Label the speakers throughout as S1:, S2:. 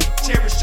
S1: much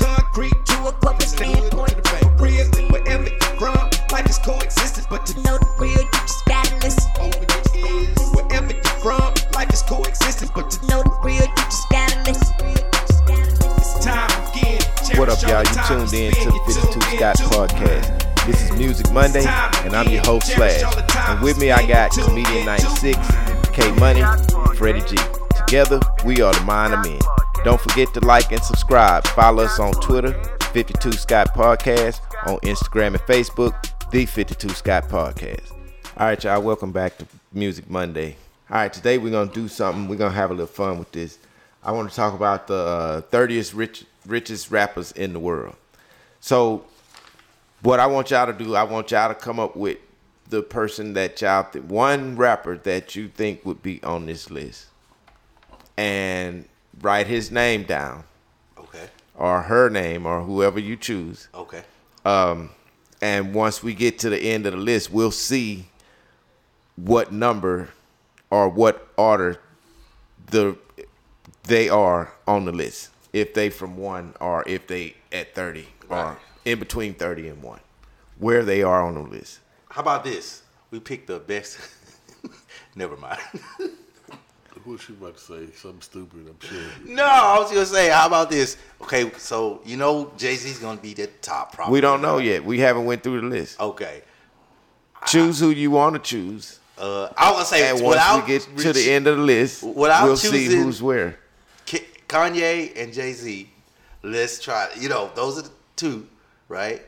S1: concrete to
S2: do a public standpoint.
S1: the real, wherever you're from. Life is coexistence, but to
S2: To know the real, you just gotta listen.
S1: Wherever you're from, life is coexistence, but
S2: To know the real, you just gotta listen.
S1: it's time again.
S3: What up, y'all? You tuned in to the 52 Scott podcast. This is Music Monday, and I'm your host, Slash. And with me, I got Comedian 96, K Money, Freddie G. Together, we are the Mind of Men. Don't forget to like and subscribe. Follow us on Twitter, 52 Scott Podcast, on Instagram and Facebook, The 52 Scott Podcast. All right, y'all, welcome back to Music Monday. All right, today we're going to do something. We're going to have a little fun with this. I want to talk about the uh, 30th rich, richest rappers in the world. So, what I want y'all to do, I want y'all to come up with the person that y'all think, one rapper that you think would be on this list and write his name down
S4: Okay.
S3: or her name or whoever you choose.
S4: Okay.
S3: Um, and once we get to the end of the list, we'll see what number or what order the they are on the list. If they from one or if they at thirty
S4: Right.
S3: or in between thirty and one, where they are on the list.
S4: How about this? We picked the best. Never mind.
S5: What was she about to say? Something stupid, I'm sure.
S4: no, I was gonna say. How about this? Okay, so you know Jay Z's gonna be the top. Probably.
S3: We don't know yet. We haven't went through the list.
S4: Okay.
S3: Choose who you want to choose,
S4: Uh, I was gonna say
S3: and once we
S4: without
S3: get to
S4: Rich-
S3: the end of the list,
S4: without
S3: we'll see
S4: choosing-
S3: who's where.
S4: K- Kanye and Jay Z. Let's try. You know, those are the two, right?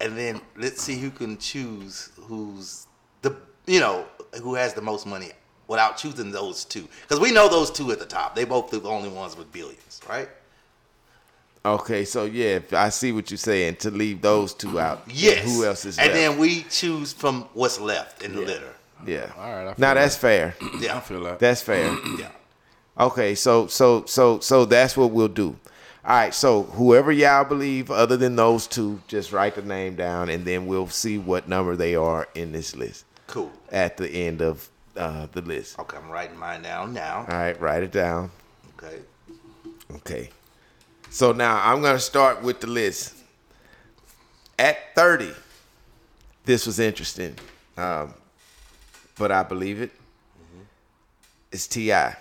S4: And then let's see who can choose who's the you know who has the most money without choosing those two because we know those two at the top. They both the only ones with billions, right?
S3: Okay, so yeah, if I see what you're saying. To leave those two out.
S4: Yes.
S3: Who else is
S4: And
S3: left?
S4: then we choose from what's left in the litter.
S3: yeah.
S5: All right, I feel
S3: now
S5: that.
S3: that's fair.
S4: Yeah.
S5: I feel like
S3: That's fair.
S4: yeah.
S3: okay, so so so so that's what we'll do. All right, so whoever y'all believe, other than those two, just write the name down, and then we'll see what number they are in this list
S4: Cool.
S3: at the end of uh, the list.
S4: Okay, I'm writing mine down now.
S3: All right, write it down.
S4: Okay.
S3: Okay. So now I'm going to start with the list. At 30, this was interesting, um, but I believe it. It's T.I.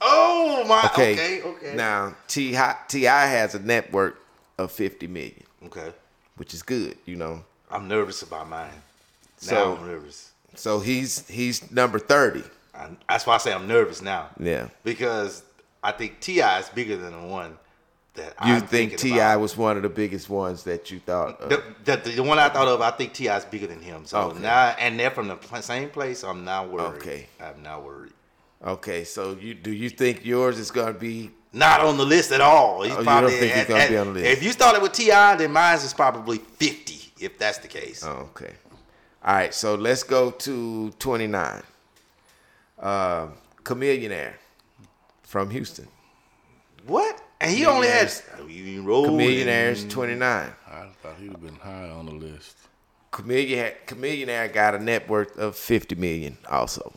S4: Oh my.
S3: Okay.
S4: Okay. Okay.
S3: Now, T.I. T.I. has a network of 50 million,
S4: Okay.
S3: which is good, you know.
S4: I'm nervous about mine. Now
S3: So-
S4: I'm nervous.
S3: So he's he's number 30.
S4: I, that's why I say I'm nervous now.
S3: Yeah.
S4: Because I think Ti is bigger than the one that
S3: You
S4: I'm
S3: think
S4: thinking
S3: T.I.
S4: about.
S3: was one of the biggest ones that you thought of?
S4: The, the, the one I thought of, I think Ti is bigger than him. So
S3: uh, Okay.
S4: now, and they're from the pl- same place. so I'm not worried.
S3: Okay.
S4: I'm not worried.
S3: Okay, so you do you think yours is going to be
S4: not on the list at all. He's
S3: Oh, you
S4: probably
S3: don't think he's
S4: at-
S3: gonna
S4: at-
S3: be on the list?
S4: If you started with Ti, then mine's is probably fifty, if that's the case.
S3: Oh, okay. All right, so let's go to 29. Uh, Chameleonaire from Houston.
S4: what? And he only has oh, you roll
S3: Chameleonaire's 29.
S5: I thought he'd have been high on the list.
S3: Chameleon, Chameleonaire got a net worth of 50 million also.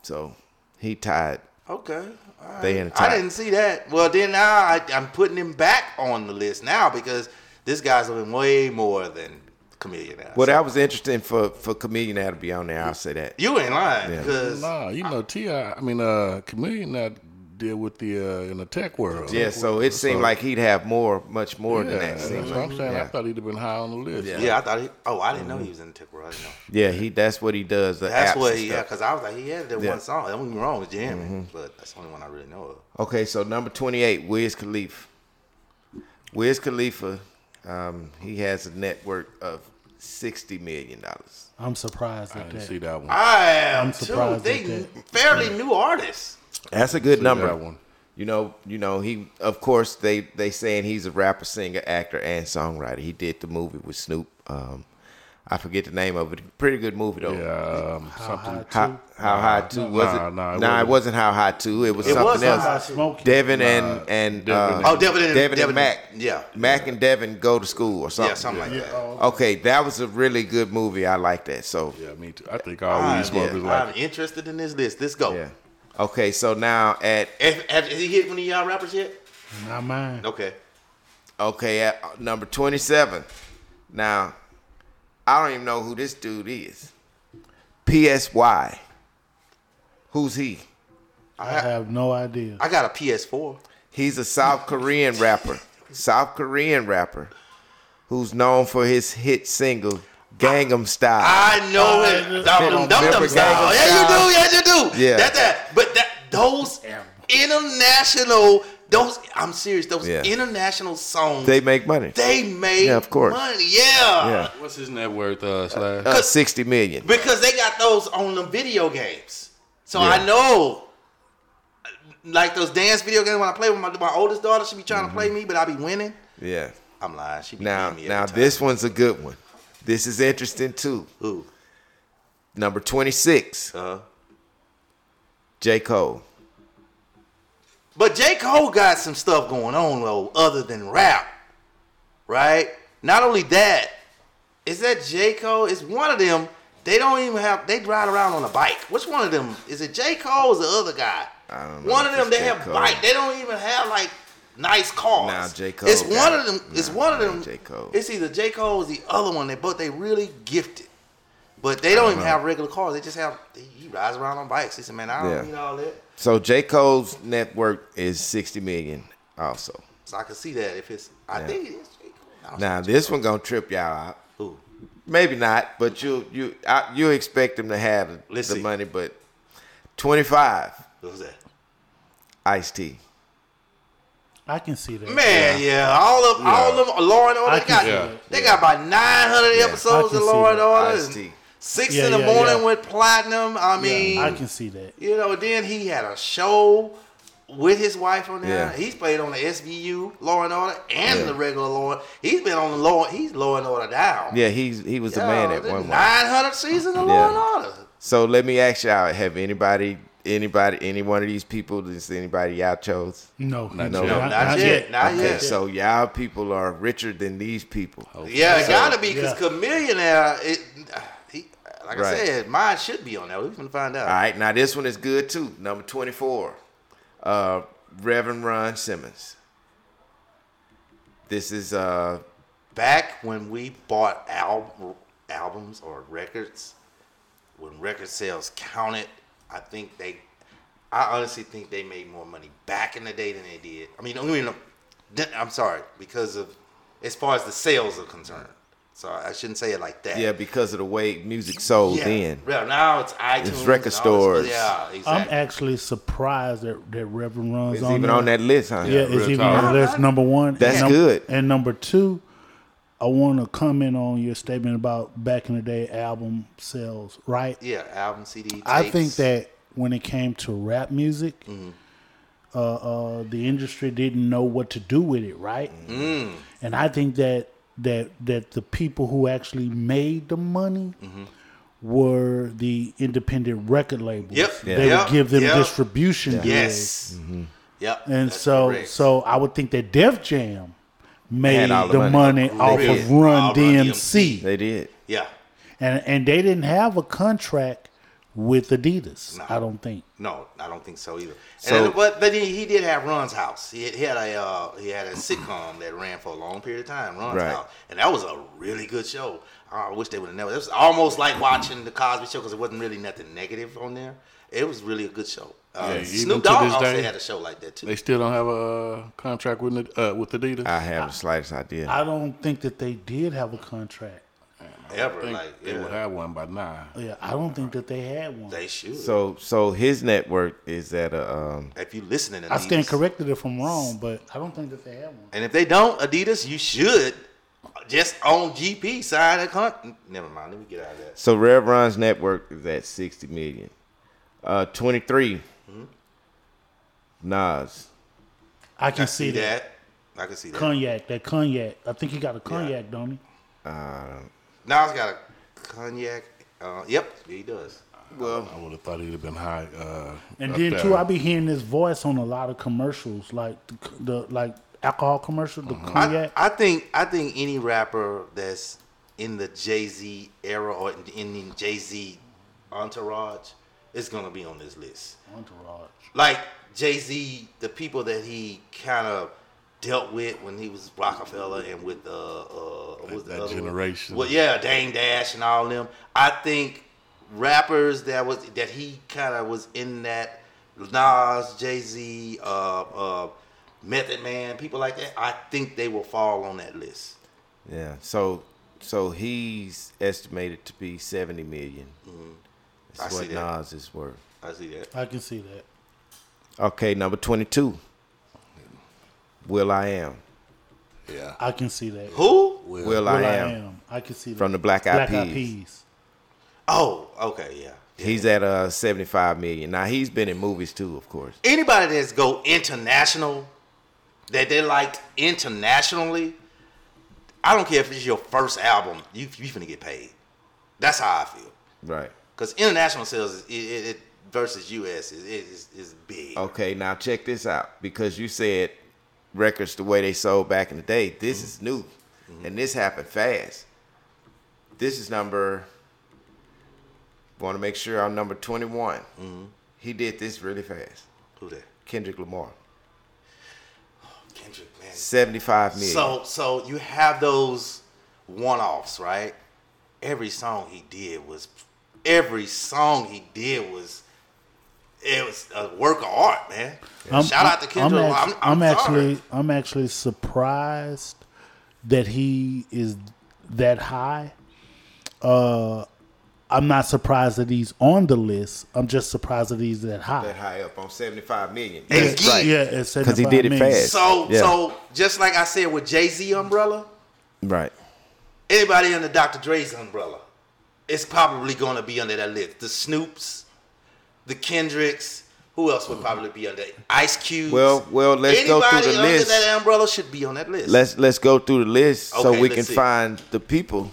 S3: So he tied.
S4: Okay. all right.
S3: They in the top.
S4: I didn't see that. Well, then now I, I'm putting him back on the list now because this guy's been way more than chameleon. Ass.
S3: Well, that was interesting for, for Chameleonaire to be on there. I'll say that.
S4: you ain't lying
S3: Yeah.
S4: because
S5: Nah, you know, Ti. I mean, uh, Chameleon that deal with the uh, in the tech world.
S3: Yeah, so it seemed like he'd have more, much more
S5: Yeah,
S3: than that.
S5: that's
S3: seemed
S5: what
S3: like.
S5: I'm saying. I
S3: Yeah.
S5: thought he'd have been high on the list.
S3: Yeah.
S4: yeah, I thought he. Oh, I didn't know he was in the tech world. I didn't know.
S3: Yeah, he that's what he does. Mm-hmm. The
S4: That's
S3: apps
S4: what
S3: and
S4: he.
S3: stuff.
S4: Yeah, because I was like, he had that
S3: Yeah. Mm-hmm.
S4: one song. Don't get me wrong, with jamming, but that's the only one I really know of.
S3: Okay, so number 28, Wiz Khalifa. Wiz Khalifa, um, he has a network of $60 million.
S6: I'm surprised
S5: I
S6: at
S5: didn't
S6: that.
S5: see that one.
S4: I am
S6: I'm
S4: too.
S6: surprised at
S4: They
S6: that.
S4: fairly new artists.
S3: That's a good
S5: See
S3: number.
S5: that one.
S3: You know, you know, he of course they they saying he's a rapper, singer, actor, and songwriter. He did the movie with Snoop. Um, I forget the name of it. Pretty good movie though.
S5: Yeah, um, something.
S3: How, how high two was
S5: Nah,
S3: it?
S5: nah,
S3: nah,
S5: it
S3: it
S5: wasn't.
S3: wasn't how high two. It was
S4: It
S3: something
S4: was
S3: else.
S4: How High Two.
S6: Smoke.
S3: Devin and and uh,
S5: Devin
S4: Oh, Devin and-
S3: Devin
S4: Devin
S3: and Mac.
S4: and- yeah.
S3: Mac and Devin go to school or something.
S4: Yeah, something like
S3: oh,
S4: that.
S3: Okay, that was a really good movie. I like that. So
S5: Yeah, me too. I think all
S4: I'm-
S5: weed smokers
S4: yeah,
S5: like
S4: I'm interested in this list. Let's go.
S3: yeah. Okay, so now at
S4: Have, have, has he hit one of y'all rappers yet?
S6: Not mine.
S4: Okay.
S3: okay at uh, number twenty seven. Now, I don't even know who this dude is. PSY. Who's he?
S6: I have no idea.
S4: I got a PS4.
S3: He's a South Korean rapper. South Korean rapper who's known for his hit single Gangnam Style.
S4: I know it. Dum dum dum
S3: remember
S4: dum style.
S3: Gangnam
S4: Yeah, you
S3: Style.
S4: do. Yes, you do.
S3: Yeah.
S4: That that. But that those international. Those I'm serious. Those
S3: Yeah.
S4: international songs.
S3: they
S4: They,
S3: make money.
S4: made
S3: Yeah, of course.
S4: money. Yeah.
S3: yeah.
S5: What's his net worth? Uh, slash.
S3: Uh, 60 million.
S4: Because they got those on the video games. So
S3: Yeah.
S4: I know. Like those dance video games when I play with my my oldest daughter, she be trying to play me, but I be winning.
S3: Yeah.
S4: I'm lying. She
S3: Mm-hmm.
S4: be
S3: Now
S4: beating me every
S3: now
S4: time.
S3: this one's a good one. This is interesting too.
S4: Ooh.
S3: Number 26,
S4: Uh,
S3: J. Cole.
S4: But J. Cole got some stuff going on though, other than rap, right? Not only that, is that J. Cole? It's one of them. They don't even have. They ride around on a bike. Which one of them? Is it J. Cole or the other guy?
S3: I don't know
S4: One
S3: if
S4: of them.
S3: it's
S4: They
S3: J.
S4: have
S3: Cole.
S4: bike. They don't even have like nice cars.
S3: Nah, J. Cole
S4: It's
S3: got
S4: one of
S3: it.
S4: them. It's
S3: Nah,
S4: one of
S3: nah,
S4: them.
S3: J. Cole.
S4: It's either J. Cole or the other one. They both. They really gifted. But they don't, even have regular cars. They just have. He rides around on bikes. He said, "Man, I don't
S3: Yeah.
S4: need all that."
S3: So J. Cole's net worth is 60 million also.
S4: So I can see that if it's, I
S3: Yeah.
S4: think it is J. Cole. I don't
S3: Now this one going to trip y'all out.
S4: know who.
S3: Maybe not, but you you I, you expect him to have
S4: Let's
S3: the
S4: see.
S3: money, but 25
S4: Who's that?
S3: Ice T.
S6: I can see that.
S4: Man, yeah, all of all of them, Law and Order,
S6: I
S4: they
S6: can
S4: got,
S6: see
S5: that.
S4: they got about nine hundred
S3: Yeah,
S4: episodes
S6: I
S4: of
S6: can see
S4: Law and
S6: that.
S4: Order.
S3: Ice-T.
S4: and Six
S6: Yeah,
S4: in the
S6: yeah,
S4: morning
S6: yeah.
S4: with platinum. I mean,
S6: I can see that.
S4: you know. Then he had a show with his wife on there.
S3: Yeah.
S4: He's played on the SVU Law and Order and
S3: Yeah.
S4: the regular Law. and- He's been on the Law. He's Law and Order down.
S3: Yeah, he's he was the man at one point.
S4: Nine hundred seasons of Law and Order.
S3: So let me ask y'all: Have anybody, anybody, any one of these people? Is anybody y'all chose?
S6: No, not,
S3: yet.
S4: No, not yet. Not
S3: Okay,
S4: yet.
S3: so y'all people are richer than these people.
S4: Yeah, it gotta be because
S6: yeah.
S4: Chameleonaire, it, he, like
S3: Right.
S4: I said, mine should be on there. We can find out.
S3: All right, now this one is good too. Number twenty-four, uh, Reverend Ron Simmons. This is uh,
S4: Back when we bought al- albums or records, when record sales counted, I think they, I honestly think they made more money back in the day than they did. I mean, I mean, I'm sorry because of as far as the sales are concerned. So I shouldn't say it like that.
S3: yeah because of the way music sold then.
S4: Well, now it's iTunes,
S3: record
S4: and all this-
S3: stores.
S4: Yeah,
S6: I'm
S4: exactly.
S6: actually surprised that, that Reverend runs
S3: It's
S6: on
S3: even
S6: there.
S3: on that list, huh?
S6: Yeah,
S5: real
S6: it's even
S5: talk.
S6: on the list number one.
S3: That's
S6: and num-
S3: good.
S6: And number two, I want to comment on your statement about back in the day album sales, right?
S4: yeah, album, CD. Tapes.
S6: I think that when it came to rap music,
S4: Mm-hmm.
S6: uh, uh, the industry didn't know what to do with it, right?
S4: Mm-hmm.
S6: And I think that that that the people who actually made the money
S4: Mm-hmm.
S6: were the independent record labels.
S4: Yep. Yeah.
S6: They
S4: Yep.
S6: would give them
S4: Yep.
S6: distribution deals.
S4: Yes.
S5: Mm-hmm.
S4: Yep.
S6: And
S4: that's
S6: so,
S4: correct.
S6: so I would think that Def Jam made
S3: Had all
S6: the,
S3: the money.
S6: money, off
S4: They
S6: of
S4: did.
S6: Run
S4: All Run
S6: DMC,
S3: They did.
S4: yeah,
S6: and and they didn't have a contract with Adidas. I don't think.
S4: no, I don't think so either.
S3: So-
S4: and then, but but he, he did have Run's House. He had, he had a uh, he had a sitcom that ran for a long period of time, Run's
S3: Right.
S4: House, and that was a really good show. I wish they would have never. It was almost like watching the Cosby Show because it wasn't really nothing negative on there. It was really a good show. Uh,
S5: Yeah, even
S4: Snoop
S5: to
S4: Dogg
S5: this
S4: also
S5: day,
S4: had a show like that too.
S5: They still don't have a uh, contract with Nad- uh, with Adidas.
S3: I have the slightest idea.
S6: I don't think that they did have a contract.
S4: Ever
S5: think
S4: like
S5: they would
S4: yeah,
S5: have one by now.
S6: Yeah, I don't think that they had one.
S4: they should. So
S3: so so his net worth is at a um,
S4: if you listening, to
S6: I stand
S4: these-
S6: corrected if I'm wrong, but I don't think that they had one.
S4: And if they don't, Adidas, you should just on GP sign a con. Never mind. Let me get out of that.
S3: So Rev Ron's network is at sixty million. Uh, twenty
S6: Hmm?
S3: Nas.
S6: I can see that.
S4: that. I can see that.
S6: cognac, that cognac. I think he got a cognac dummy.
S4: Nas got a Cognac. Uh, yep, he does.
S3: Well,
S5: I would have thought he'd have been high. Uh,
S6: And
S5: up
S6: then
S5: there.
S6: too, I be hearing this voice on a lot of commercials, like the, c- the like alcohol commercials, the
S4: I,
S6: cognac.
S4: I think I think any rapper that's in the Jay Z era or in- in the Jay Z entourage is gonna be on this list.
S6: Entourage.
S4: Like Jay Z, the people that he kind of dealt with when he was Rockefeller and with uh, uh what was
S5: That-
S4: the
S5: that
S4: other one?
S5: generation.
S4: Well, yeah, Dame Dash and all them. I think rappers that was that he kind of was in that Nas, Jay Z, uh, uh, Method Man, people like that. I think they will fall on that list.
S3: yeah. So, so he's estimated to be seventy million.
S4: Mm-hmm. I
S3: That's
S4: see
S3: what
S4: that.
S3: Nas is worth.
S4: I see that.
S6: I can see that.
S3: Okay, number twenty-two. Will I am.
S5: Yeah.
S6: I can see that.
S4: Who?
S3: Will,
S6: Will
S3: I, am.
S6: I can see that.
S3: From the Black Eyed
S6: Black Eyed
S3: Peas.
S6: Peas.
S4: Oh, okay, yeah.
S3: He's at uh seventy-five million. Now he's been in movies too, of course.
S4: anybody that's go international that they liked internationally i don't care if it's your first album you you finna get paid that's how i feel
S3: Right.
S4: because international sales is, it, it, it versus us is, is, is big
S3: Okay, now check this out because you said records the way they sold back in the day. This is new, and this happened fast. This is number. Want to make sure I'm number 21. He did this really fast.
S4: who that
S3: Kendrick Lamar,
S4: kendrick man
S3: 75 million.
S4: so so you have those one-offs right every song he did was every song he did was it was a work of art man shout out to kendrick
S6: I'm,
S4: Lamar.
S6: act-
S4: I'm- I'm
S6: I'm
S4: sorry.
S6: actually I'm actually surprised that he is that high. Uh, I'm not surprised that he's on the list. I'm just surprised that he's that high.
S3: that high up on 75 million.
S4: Hey,
S3: That's
S4: Gee.
S3: right.
S6: Yeah, because
S3: he did it fast.
S4: So
S3: Yeah.
S4: so just like I said with Jay Z umbrella,
S3: Right.
S4: anybody under Dr. Dre's umbrella is probably going to be under that list. The Snoops, the Kendricks, who else would probably be under Ice Cube?
S3: Well, well, let's go
S4: anybody
S3: through the
S4: under
S3: list.
S4: that umbrella should be on that list.
S3: Let's let's go through the list so
S4: Okay,
S3: we
S4: let's
S3: can
S4: see.
S3: find the people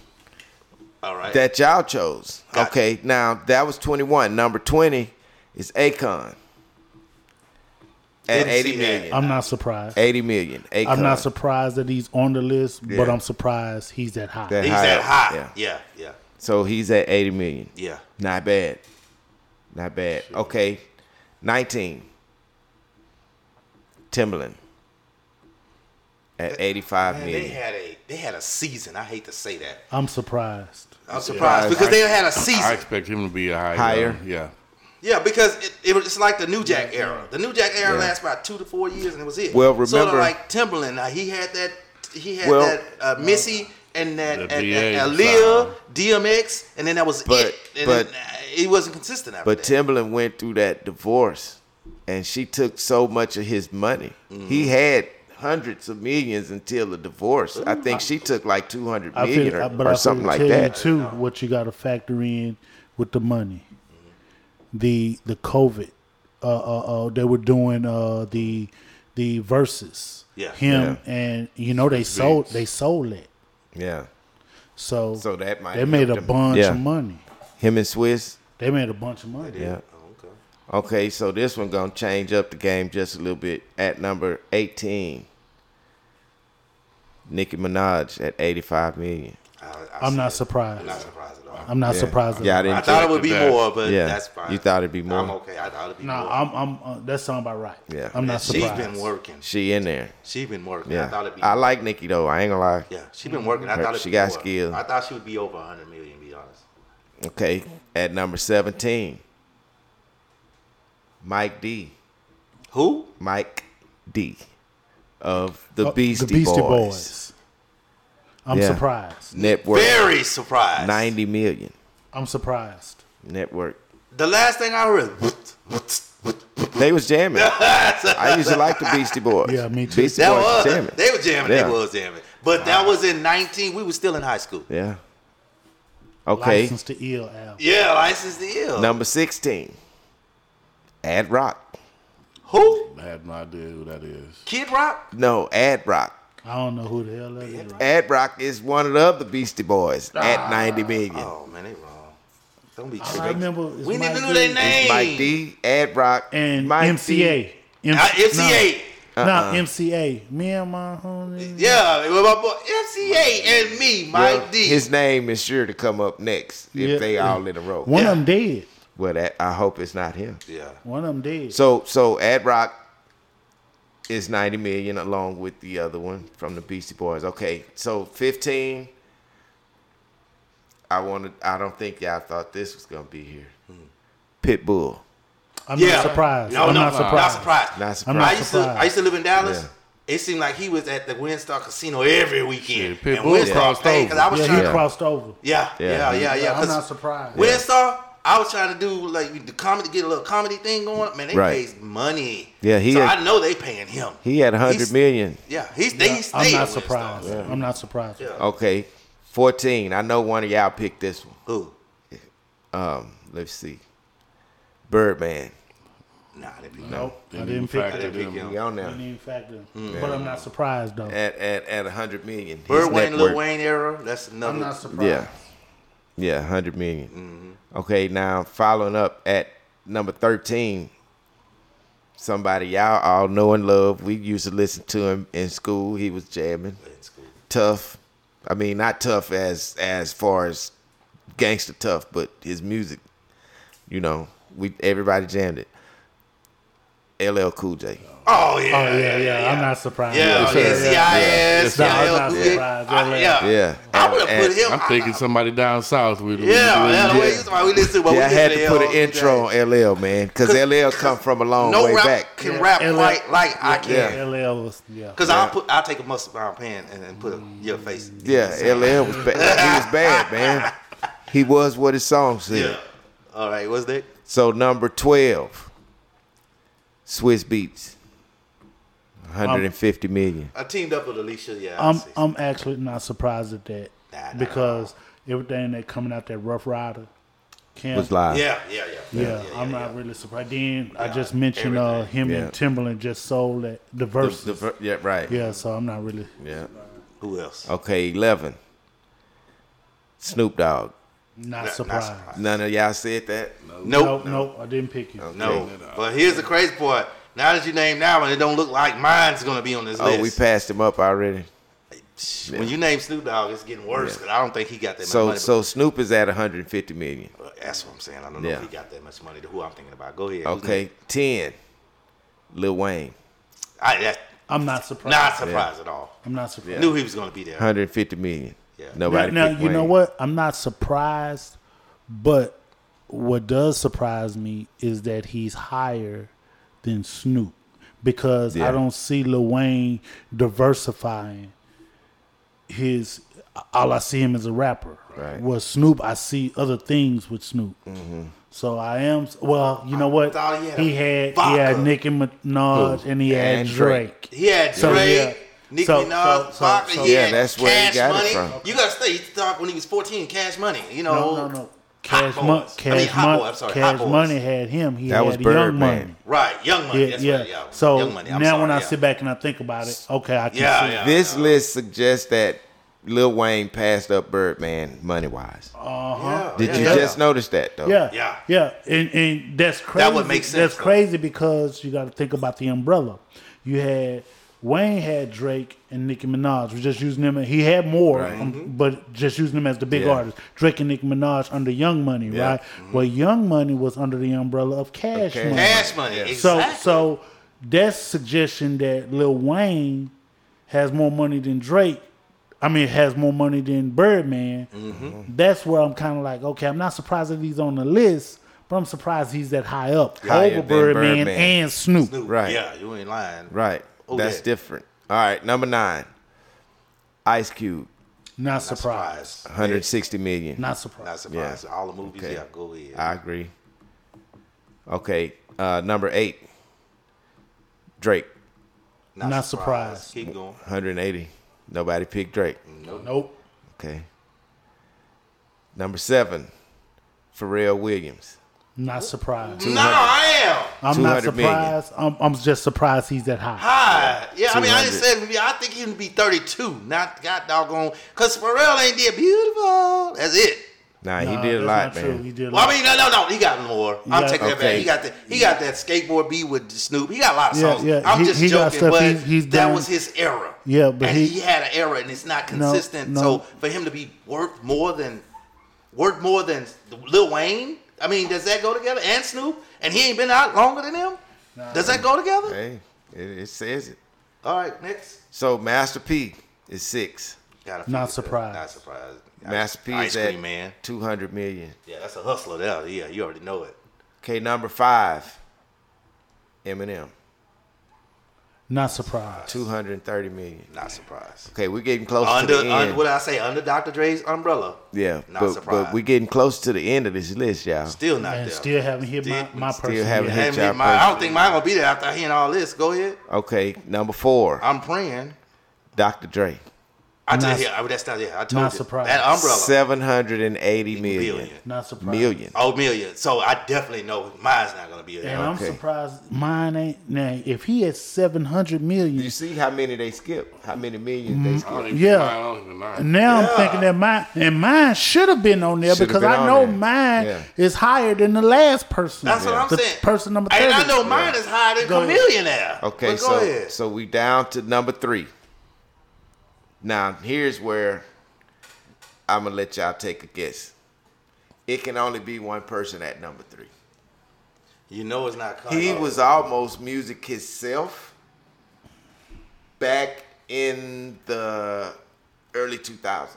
S4: all right.
S3: that y'all chose.
S4: Got
S3: okay, now that was 21. Number 20 is Akon at
S4: Didn't
S3: 80
S4: see that.
S3: million.
S6: I'm not surprised.
S3: 80 million. Akon.
S6: I'm not surprised that he's on the list, but
S3: Yeah.
S6: I'm surprised he's that high.
S3: That
S4: He's
S3: high
S4: that
S3: up.
S4: high.
S3: Yeah.
S4: Yeah. yeah, yeah,
S3: So he's at 80 million.
S4: yeah.
S3: Not bad. Not bad. Okay, 19. Timberland at 85
S4: Man,
S3: million.
S4: they had a they had a season. I hate to say that.
S6: I'm surprised.
S4: I'm surprised because they had a season.
S5: I expect him to be a high
S3: Higher.
S5: uh, yeah.
S4: Yeah, because it, it was, it's like the New Jack era. The New Jack era
S3: Yeah.
S4: lasts about two to four years, and it was it.
S3: Well,
S4: sort of
S3: remember-
S4: like Timberland. Now, he had that. He had
S3: Well-
S4: that uh, Missy and that
S5: The
S4: and, and
S5: DA
S4: Aaliyah,
S5: sound.
S4: DMX, and then that was
S3: But-
S4: it. And
S3: but-
S4: then, uh, it wasn't consistent after
S3: But
S4: that.
S3: Timberland went through that divorce, and she took so much of his money.
S6: Mm-hmm.
S3: He had hundreds of millions until the divorce. I think she took like two hundred
S6: I
S3: million
S6: feel,
S3: or,
S6: I- but
S3: or
S6: I feel
S3: something
S6: to
S3: like
S6: tell
S3: that.
S6: You too, what you got to factor in with the money, the the COVID, uh, uh, uh they were doing uh the the verses,
S4: Yeah.
S6: him and you know they sold they sold it,
S3: Yeah,
S6: so
S3: So that might
S6: they made
S3: help
S6: a
S3: them.
S6: bunch
S3: Yeah.
S6: of money.
S3: him and Swiss.
S6: They made a bunch of money.
S3: Yeah.
S4: Oh, okay.
S3: Okay, so this one gonna change up the game just a little bit. At number eighteen, Nicki Minaj at eighty-five million.
S4: I, I
S6: I'm
S4: see
S6: not
S4: it.
S6: surprised.
S4: I'm not surprised at all. i
S6: I'm not surprised. at
S3: Yeah, I
S6: all.
S3: didn't.
S4: thought it would be
S5: that.
S4: more, but
S3: Yeah.
S4: that's fine.
S3: You thought it'd be more.
S4: I'm okay. I thought it'd be
S6: No,
S4: more.
S6: I'm I'm uh, that sound about right.
S3: Yeah.
S6: I'm not
S4: She's
S6: surprised.
S4: been working.
S3: She in there.
S4: She's been working. I
S3: Yeah,
S4: thought it'd be.
S3: I like Nicki though. I ain't gonna lie.
S4: yeah, she's been working. I
S3: Her-
S4: thought it'd
S3: she
S4: be
S3: got
S4: more.
S3: skill.
S4: I thought she would be over 100 million. To be honest.
S3: Okay, at number 17, Mike D.
S4: Who?
S3: Mike D. Of
S6: Uh,
S3: the Beastie, Boys.
S6: I'm
S3: Yeah.
S6: surprised.
S3: Network
S4: Very surprised.
S3: 90 million.
S6: I'm surprised.
S3: Network.
S4: The last thing I heard.
S3: They was jamming. I used to like the Beastie Boys.
S6: Yeah, me too.
S3: Beastie
S4: That
S3: Boys
S4: was
S3: jamming.
S4: they were jamming.
S3: Yeah.
S4: They was jamming. But that was in nineteen. We were still in high school.
S3: yeah. Okay,
S6: License to ill album.
S4: Yeah, license to ill.
S3: number 16, Ad Rock.
S4: Who?
S5: I have no idea who that is.
S4: Kid Rock?
S3: No, Ad Rock.
S6: I don't know who the hell that is.
S3: Ad Rock is one of the other Beastie Boys at 90 million.
S4: Oh man, they wrong. Don't be
S6: All
S4: tricky.
S6: I remember is
S4: we
S6: Mike
S4: need to
S6: D.
S4: know their name.
S3: Mike D, Ad Rock,
S6: and
S3: Mike Uh-uh. D.
S6: MCA. M-
S4: Uh, MCA.
S6: No, no, MCA. Me and my homie.
S4: Yeah, with my boy MCA and me, Mike
S3: Well,
S4: D.
S3: His name is sure to come up next if
S6: Yeah.
S3: they all in a row.
S6: One
S4: Yeah.
S6: of them dead.
S3: Well, that, I hope it's not him.
S4: yeah.
S6: One of them dead.
S3: So, so Ad Rock is 90 million along with the other one from the Beastie Boys. Okay, so 15. I wanted. I don't think y'all thought this was gonna be here. Pitbull.
S6: I'm
S4: yeah.
S6: not surprised.
S4: No,
S6: I'm
S4: no,
S6: not surprised.
S4: Not surprised.
S3: Not
S6: I'm
S3: surprised.
S6: not
S4: I used to I used to live in Dallas.
S3: Yeah.
S4: It seemed like he was at the Windstar Casino every weekend.
S5: Yeah, Pitbull
S4: and Windstar
S5: crossed
S4: paid 'cause I was
S6: Yeah, he
S4: trying. Yeah.
S6: crossed over.
S4: yeah,
S3: Yeah.
S4: yeah, yeah, yeah.
S6: I'm
S4: 'cause
S6: not surprised.
S4: Windstar, I was trying to do like the comedy, get a little comedy thing going. Man, they
S3: Right.
S4: pays money.
S3: Yeah, he
S4: So
S3: had-
S4: I know they paying him.
S3: He had 100
S4: He's-
S3: million.
S4: Yeah, he's they
S6: Yeah,
S4: stay.
S6: I'm
S4: at
S6: not
S4: Windstar.
S6: surprised. I'm not surprised.
S4: Yeah.
S3: Okay, 14. I know one of y'all picked this one.
S4: Who?
S3: Um, let's see. Birdman.
S4: Nah, they be
S6: Nope, I didn't pick
S5: factor
S6: it.
S4: didn't
S5: them.
S4: pick him.
S3: We on
S6: I
S3: now
S6: didn't even factor him. But I'm not surprised though.
S3: at at at 100 million. His
S4: Bird Wayne,
S3: net
S4: Lil
S3: worth-
S4: Wayne era. That's another.
S6: I'm not surprised.
S3: Yeah. Yeah, 100 million.
S4: Mm-hmm.
S3: Okay, now following up at number 13, somebody y'all all know and love. We used to listen to him in school. He was jamming.
S4: It's cool.
S3: Tough. I mean, not tough as as far as gangster tough, but his music, you know, we everybody jammed it. LL Cool J.
S4: Oh yeah,
S6: Oh yeah, yeah. I'm not surprised.
S4: Yeah, yeah,
S3: yeah,
S4: CIS,
S6: yeah. No, I'm not
S4: CIL,
S6: surprised.
S4: I- yeah,
S3: Yeah.
S4: I would
S3: And-
S4: have put him.
S5: I'm thinking somebody down south with
S4: Yeah, yeah, the way
S5: yeah.
S4: you talking about we listen to, but
S3: Yeah, I
S4: we
S3: had
S4: listen
S3: to put an
S4: LL Cool
S3: intro
S4: J.
S3: on LL, man, because LL come from a long
S4: No
S3: way
S4: rap
S3: back.
S4: can
S6: Yeah,
S4: rap
S6: LL.
S4: like like I can.
S3: Yeah.
S6: LL was yeah.
S4: Cause I'll put I'll take a muscle bound pan and, and put it in your face.
S3: Yeah, LL was bad. he was bad, man. He was what his song said.
S4: All right, what's that?
S3: So number twelve, Swiss Beats, one hundred and fifty million.
S4: I teamed up with Alicia. Yeah, I
S6: I'm
S4: see.
S6: I'm actually not surprised at that
S4: Nah, nah.
S6: because everything that coming out that Rough Rider Kim
S3: was live.
S4: yeah, yeah, yeah,
S6: Yeah, I'm not really surprised. Then I just mentioned uh, him
S3: Yeah.
S6: and Timberland just sold that the verses.
S3: The ver- yeah, right. Yeah.
S6: yeah, so I'm not really.
S4: Who else?
S3: Okay, eleven. Snoop Dogg.
S6: Not
S4: Not
S6: surprised.
S4: surprised.
S3: None of y'all said that.
S6: Nope,
S4: Nope,
S6: nope, I didn't pick you.
S4: no. But here's the crazy part. Now that you name that one, it don't look like mine's gonna be on this
S3: Oh, we
S4: list.
S3: passed him up already.
S4: Shh, When you name Snoop Dogg, it's getting worse. Cause I don't think he got that much
S3: So
S4: money. but-
S3: so Snoop is at one hundred and fifty million.
S4: that's what I'm saying. I don't know if
S3: Yeah.
S4: he got that much money. To who I'm thinking about? Go ahead. Who's
S3: Okay,
S4: next?
S3: ten. Lil Wayne, one
S4: I, that's
S6: I'm not surprised.
S4: not surprised at all.
S6: I'm not surprised.
S4: Knew he was gonna be there.
S3: hundred and fifty million.
S4: Yeah.
S6: Now,
S3: Nobody.
S6: now,
S3: picked
S6: you know
S3: Wayne.
S6: what? I'm not surprised, but what does surprise me is that he's higher than Snoop because
S3: Yeah.
S6: I don't see Lil Wayne diversifying his. All I see him as a rapper.
S3: Right.
S6: Well, Snoop, I see other things with Snoop. So I am. Well, you know what?
S4: thought he had
S6: he
S4: a
S6: had he
S4: vodka.
S6: had Nicki Minaj and he had
S3: And
S6: Drake.
S4: He had
S6: So,
S4: Dre,
S6: yeah.
S4: Nicki
S6: So-
S4: Minaj,
S6: so- so-
S4: Baka,
S6: so-
S4: he
S3: Yeah,
S4: had
S3: that's
S4: cash
S3: where he got it
S4: money.
S3: from.
S4: You gotta stay. He started when he was 14. Cash money. You know.
S6: No, no, no. Cash,
S4: Hot
S6: Mon-
S4: Boys. I
S6: Cash,
S4: mean, Hot
S6: Mon-
S4: Boys, I'm sorry, Hot
S6: Cash
S4: Boys.
S6: Money had him. He
S3: That
S6: had
S3: was
S6: Young
S3: Birdman.
S6: Money.
S4: Right, Young Money.
S6: Yeah,
S4: that's
S6: yeah.
S4: Right, yeah.
S6: So
S4: Young money. I'm
S6: now
S4: sorry,
S6: when I
S4: yeah.
S6: sit back and I think about it, okay, I can
S4: Yeah,
S6: see.
S4: yeah.
S3: This list suggests that Lil Wayne passed up Birdman money wise.
S4: Yeah,
S3: Did
S4: Oh, yeah,
S3: you
S4: yeah.
S3: just notice that though?
S6: Oh, Yeah,
S4: Yeah.
S6: yeah, and and that's crazy.
S4: That would make sense,
S6: That's
S4: though.
S6: crazy because you got to think about the umbrella. You had Wayne had Drake and Nicki Minaj. We're just using them. He had more, um,
S4: Mm-hmm.
S6: but just using them as the big
S3: Yeah.
S6: artists. Drake and Nicki Minaj under Young Money,
S3: Yeah.
S6: right? Well, Young Money was under the umbrella of Cash
S3: Cash.
S6: Money.
S4: Mm-hmm. Cash money.
S6: So
S4: Exactly.
S6: so that's suggestion that Lil Wayne has more money than Drake. I mean, has more money than Birdman.
S3: Mm-hmm.
S6: That's where I'm kind of like, okay, I'm not surprised that he's on the list, but I'm surprised he's that high up
S3: Higher
S6: over
S3: than
S6: Birdman,
S3: Birdman.
S6: and Snoop.
S4: Dude,
S3: Right.
S4: Yeah, you ain't lying.
S3: Right.
S4: Oh,
S3: That's
S4: yeah.
S3: different. All right, number nine. Ice Cube,
S6: Not surprised.
S4: Surprise.
S3: 160 million.
S6: Not
S4: Not
S6: surprised.
S4: surprised. All the movies.
S3: Okay.
S4: Yeah, go ahead.
S3: I agree. Okay, uh, number eight. Drake,
S6: Not surprised.
S4: Keep going.
S3: 180. Nobody picked Drake.
S6: Nope.
S3: Okay. Number seven, Pharrell Williams.
S6: Not surprised.
S4: No, I am.
S6: I'm not
S3: 200 million.
S6: surprised. I'm, I'm just surprised he's that high.
S4: Hi. Yeah, I mean, I just
S3: 200.
S4: said I think he would be 32. Not God doggone, because Pharrell ain't did beautiful. That's it.
S3: Nah,
S6: Nah,
S3: he did a
S6: that's
S3: lot,
S6: not
S3: man.
S6: True. He did a
S4: Well,
S6: lot.
S4: I mean, no, no, no. He got more. I'm
S6: got-
S4: taking that back.
S3: Okay.
S4: He got that. He got that skateboard B with Snoop. He got a lot of
S6: Yeah,
S4: songs.
S6: yeah.
S4: I'm
S6: He-
S4: just
S6: he got
S4: joking,
S6: stuff
S4: but
S6: he's- he's
S4: that
S6: done.
S4: was his era.
S6: Yeah, but
S4: and
S6: he-
S4: he, had an era, and it's not
S6: No,
S4: consistent.
S6: no.
S4: So for him to be worth more than worth more than Lil Wayne, I mean, does that go together? And Snoop, and he ain't been out longer than him. does that go together?
S3: Hey, it, it says it.
S4: All right, next.
S3: So Master P is six.
S4: Gotta
S6: Not
S4: figure it out.
S6: surprised.
S4: Not surprised.
S3: Master P
S4: Ice
S3: is at
S4: cream man.
S3: two hundred million.
S4: Yeah, that's a hustler. There. Yeah, you already know it.
S3: Okay, number five, Eminem,
S6: not surprised.
S3: two hundred thirty million.
S4: Not surprised.
S3: Okay, we're getting close
S4: Under,
S3: to the end.
S4: under what did I say? Under Dr. Dre's umbrella.
S3: yeah,
S4: Not
S3: but,
S4: surprised.
S3: but we're getting close to the end of this list, y'all.
S4: Still not
S6: And
S4: there.
S6: still haven't hit my,
S4: Still-
S6: my
S4: still
S6: person.
S3: haven't
S6: yet.
S3: hit- Good
S4: Haven't been
S3: job,
S4: mine. I don't
S3: Prince.
S4: think mine gonna be there after hearing all this. Go ahead.
S3: Okay, number four,
S4: I'm praying.
S3: Dr. Dre,
S4: I tell
S6: Not-
S4: you, I, that's not there. I told
S6: not
S4: you.
S6: surprised.
S4: That umbrella.
S3: seven hundred and eighty million.
S4: Billion.
S6: Not surprised.
S3: Million.
S4: Oh, million. So I definitely know mine's not gonna be there.
S6: And I'm
S3: Okay.
S6: surprised mine ain't. Now, if he had 700
S3: You
S6: million,
S3: see how many they skip? How many millions they
S5: I
S4: Mm-hmm.
S5: don't
S3: skip?
S5: even
S6: Yeah.
S5: know. I don't even know.
S6: now I'm thinking that mine and mine should have been on there
S3: Should have
S6: because
S3: been
S6: I
S3: on
S6: know
S3: there.
S6: mine
S3: Yeah.
S6: is higher than the last person.
S4: that's what I'm
S6: the
S4: saying.
S6: Person number 30.
S4: And I know mine is higher than
S6: Go ahead.
S4: Chameleon there.
S3: Okay,
S4: But go
S3: so
S4: ahead.
S3: so we down to number three. Now here's where I'm gonna let y'all take a guess. It can only be one person at number three.
S4: you know it's not coming.
S3: He was almost music himself back in the early 2000s.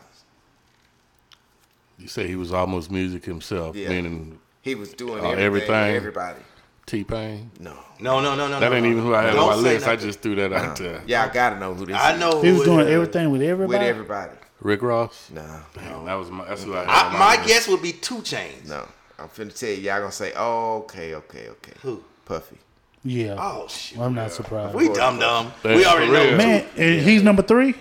S5: You say he was almost music himself,
S3: Yeah.
S5: meaning
S3: He was doing
S5: Oh,
S3: everything, everything.
S5: everything.
S3: Everybody.
S5: T Pain.
S3: No.
S4: No, no, no, no.
S5: That
S4: no,
S5: ain't
S4: no.
S5: even who I had on
S4: Don't
S5: my
S4: say
S5: list. I
S4: nothing.
S5: just threw that out there.
S3: Y'all gotta know who this
S4: I
S3: is.
S4: know.
S6: He was
S4: who
S6: doing
S4: it is.
S6: everything with
S3: With
S6: everybody.
S3: everybody.
S5: Rick Ross.
S3: No.
S5: Damn, that was my. That's who I had.
S4: I,
S5: on
S4: my
S5: list.
S4: guess would be two chains.
S3: No. I'm finna tell you, y'all gonna say, oh, okay, okay, okay.
S4: Who?
S3: Puffy.
S6: Yeah.
S4: Oh shit.
S6: I'm not surprised.
S4: we dumb dumb.
S5: That's
S4: we already
S5: for
S4: know.
S5: real.
S6: Man, and he's number three?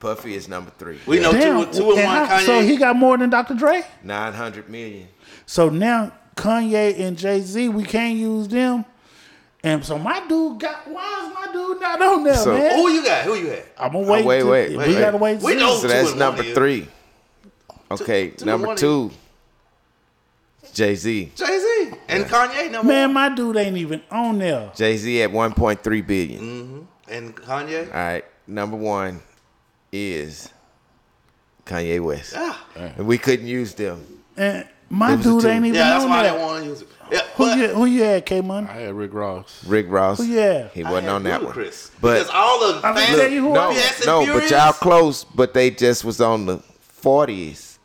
S3: Puffy is number three.
S4: We know
S6: Damn.
S4: two, two and
S6: and
S4: one.
S6: how-
S4: Kanye.
S6: So he got more than Dr. Dre?
S3: Nine hundred million.
S6: So now Kanye and Jay Z, we can't use them. And so my dude got why is my dude not on there,
S3: So-
S6: man?
S4: who you got? Who you had?
S6: I'm gonna wait.
S3: Oh, wait,
S6: till-
S3: wait,
S6: we
S3: wait,
S6: gotta
S3: wait.
S6: wait.
S4: We
S6: till-
S4: know-
S3: So
S4: Two
S3: that's
S4: and
S3: number
S4: one is.
S3: three. Okay,
S4: two and
S3: number
S4: one is.
S3: two. Jay Z.
S4: Jay Z and Kanye. Number
S6: man, my dude ain't even on there.
S3: Jay Z at one point three
S4: Mm.
S3: billion.
S4: one. and Kanye.
S3: All right, number one is Kanye West,
S4: Ah.
S3: and we couldn't use them.
S6: And my
S3: was the
S6: dude
S3: two.
S6: ain't even
S4: Yeah, that's
S6: on
S4: why I
S6: there.
S4: didn't want to use it. Yeah,
S6: who,
S4: but
S6: you, who you had, K Money?
S5: I had Rick Ross.
S3: Rick Ross.
S6: yeah.
S3: he
S4: I
S3: wasn't
S4: had
S3: on that
S4: Ludacris,
S3: one. But
S4: because all the
S6: I mean,
S4: fans,
S6: there you who
S3: no,
S6: are.
S4: Fast and
S3: no, but
S4: Furious?
S3: y'all close. But they just was on the forties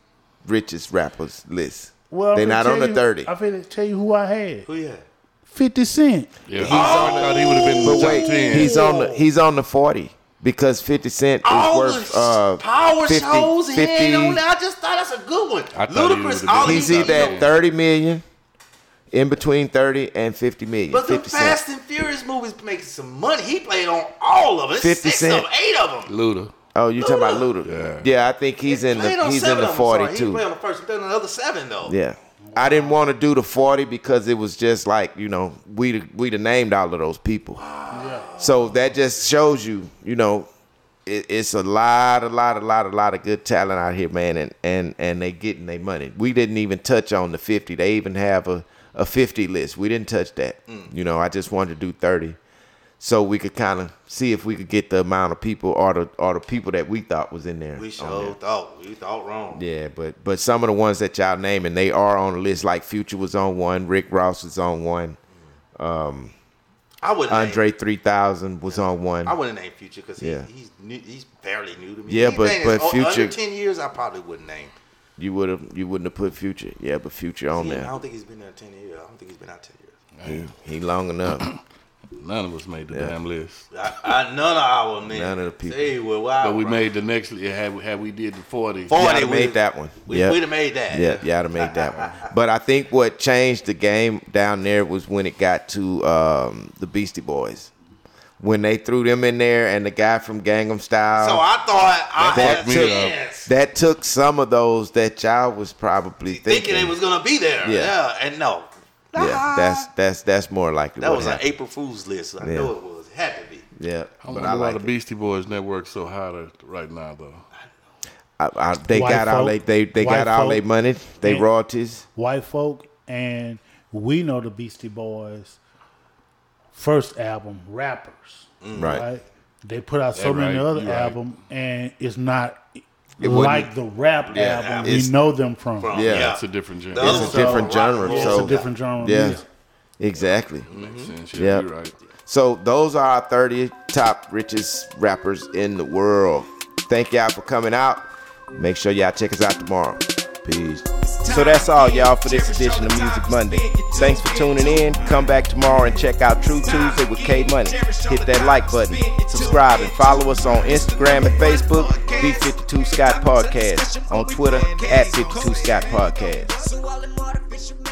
S3: richest rappers list.
S6: Well,
S3: they
S6: I'm
S3: not
S6: gonna
S3: on the
S6: tell you-
S3: thirty.
S6: I'm finna tell you who I had.
S4: Who you had?
S6: Fifty Cent.
S5: Yeah, he's on. I thought he would have been in the
S3: But
S5: top
S3: wait,
S5: ten.
S3: he's on the he's on the forty because Fifty Cent is
S4: All
S3: worth
S4: the
S3: uh,
S4: power
S3: 50,
S4: shows he had
S3: 50
S4: on there. I just thought that's a good one.
S5: I thought he
S4: Ludacris,
S5: would've
S4: all
S5: been-
S4: he
S3: He's
S4: done,
S3: either
S4: you know.
S3: at thirty million, in between thirty and fifty million.
S4: But the
S3: 50 Cent.
S4: Fast and Furious movies making some money. He played on all of them.
S3: 50
S4: Fifty six
S3: Cent.
S4: of eight of them.
S5: Luda.
S3: Oh, you talking about Luda?
S5: Yeah.
S3: Yeah, I think he's in
S4: Played
S3: the
S4: on
S3: he's in
S4: seven
S3: the
S4: of them, sorry.
S3: forty
S4: He
S3: too.
S4: played on the first, he played on the other seven though.
S3: Yeah. I didn't want to do the 40 because it was just like, you know, we we'd have named all of those people. So that just shows you, you know, it, it's a lot, a lot, a lot, a lot of good talent out here, man, and and and they getting their money. We didn't even touch on the 50. They even have a a 50 list. We didn't touch that.
S4: Mm.
S3: You know, I just wanted to do 30 so we could kind of see if we could get the amount of people or the or the people that we thought was in there.
S4: We
S3: on
S4: sure
S3: there.
S4: thought we thought wrong.
S3: Oh, Yeah, but but some of the ones that y'all naming, they are on the list. Like Future was on one, Rick Ross was on one,
S4: I would
S3: Andre three thousand was on one.
S4: I wouldn't name Future because he,
S3: Yeah.
S4: he's new, he's fairly new to me.
S3: Yeah, but-
S4: Anything that's
S3: but
S4: o-
S3: Future-
S4: under ten years, I probably wouldn't name.
S3: You would have you wouldn't have put Future. Yeah, but Future on
S4: He- I
S3: there.
S4: don't think he's been there ten years. I don't think he's been out ten years.
S3: He, he long enough.
S5: None of us made the damn list.
S4: I, I, none of our men.
S3: None of the people.
S4: They were wild.
S5: But we
S4: bro.
S5: made the next. Yeah, had, had we did the forty.
S4: Forty.
S3: Y'all done
S4: we-
S3: made that one.
S4: We,
S3: Yep.
S4: would have made that.
S3: Yeah, y'all done made that one. But I think what changed the game down there was when it got to um, the Beastie Boys. When they threw them in there and the guy from Gangnam Style.
S4: So I thought I
S3: that uh,
S4: had
S5: fucked
S4: a
S5: me
S4: chance,
S3: that took some of those that y'all was probably thinking.
S4: thinking it was gonna be there.
S3: Yeah.
S4: Yeah. and no,
S3: Yeah, that's that's that's more likely.
S4: That
S3: what
S4: was an
S3: happened.
S4: April Fool's list. I
S3: Yeah.
S4: know it was. Had to be.
S3: Yeah,
S5: I
S3: but
S5: wonder
S3: I
S5: why
S3: like
S5: the
S3: it.
S5: Beastie Boys network so hot at- right now though.
S3: I, I, they
S6: White
S3: got all they
S6: folk-
S3: they they
S6: white
S3: got all
S6: folk
S3: their money, they
S6: and-
S3: royalties.
S6: white folk, and we know the Beastie Boys' first album, rappers,
S3: Mm. Right.
S6: right? They put out so
S5: Yeah,
S6: many
S5: right.
S6: other
S5: You're right.
S6: album, and it's not
S3: wasn't-
S6: like the rap
S4: Yeah,
S6: album
S3: it's-
S6: we know them from.
S4: From-
S3: Yeah.
S5: It's a different genre.
S4: The other
S3: It's
S4: one's
S3: a different
S4: rock and
S3: genre,
S4: roll.
S6: It's
S3: so-
S6: a different genre.
S3: Yeah,
S6: Yeah.
S3: exactly.
S5: Makes sense.
S3: Yeah.
S5: Yeah, you're right.
S3: So those are our 30 top richest rappers in the world. Thank y'all for coming out. Make sure y'all check us out tomorrow. Peace. So that's all y'all for this edition of Music Monday. Thanks for tuning in. Come back tomorrow and check out True Tuesday with K Money. Hit that like button. Subscribe and follow us on Instagram and Facebook, B52 Scott Podcast. On Twitter, at 52 Scott Podcast.
S2: So all them artificial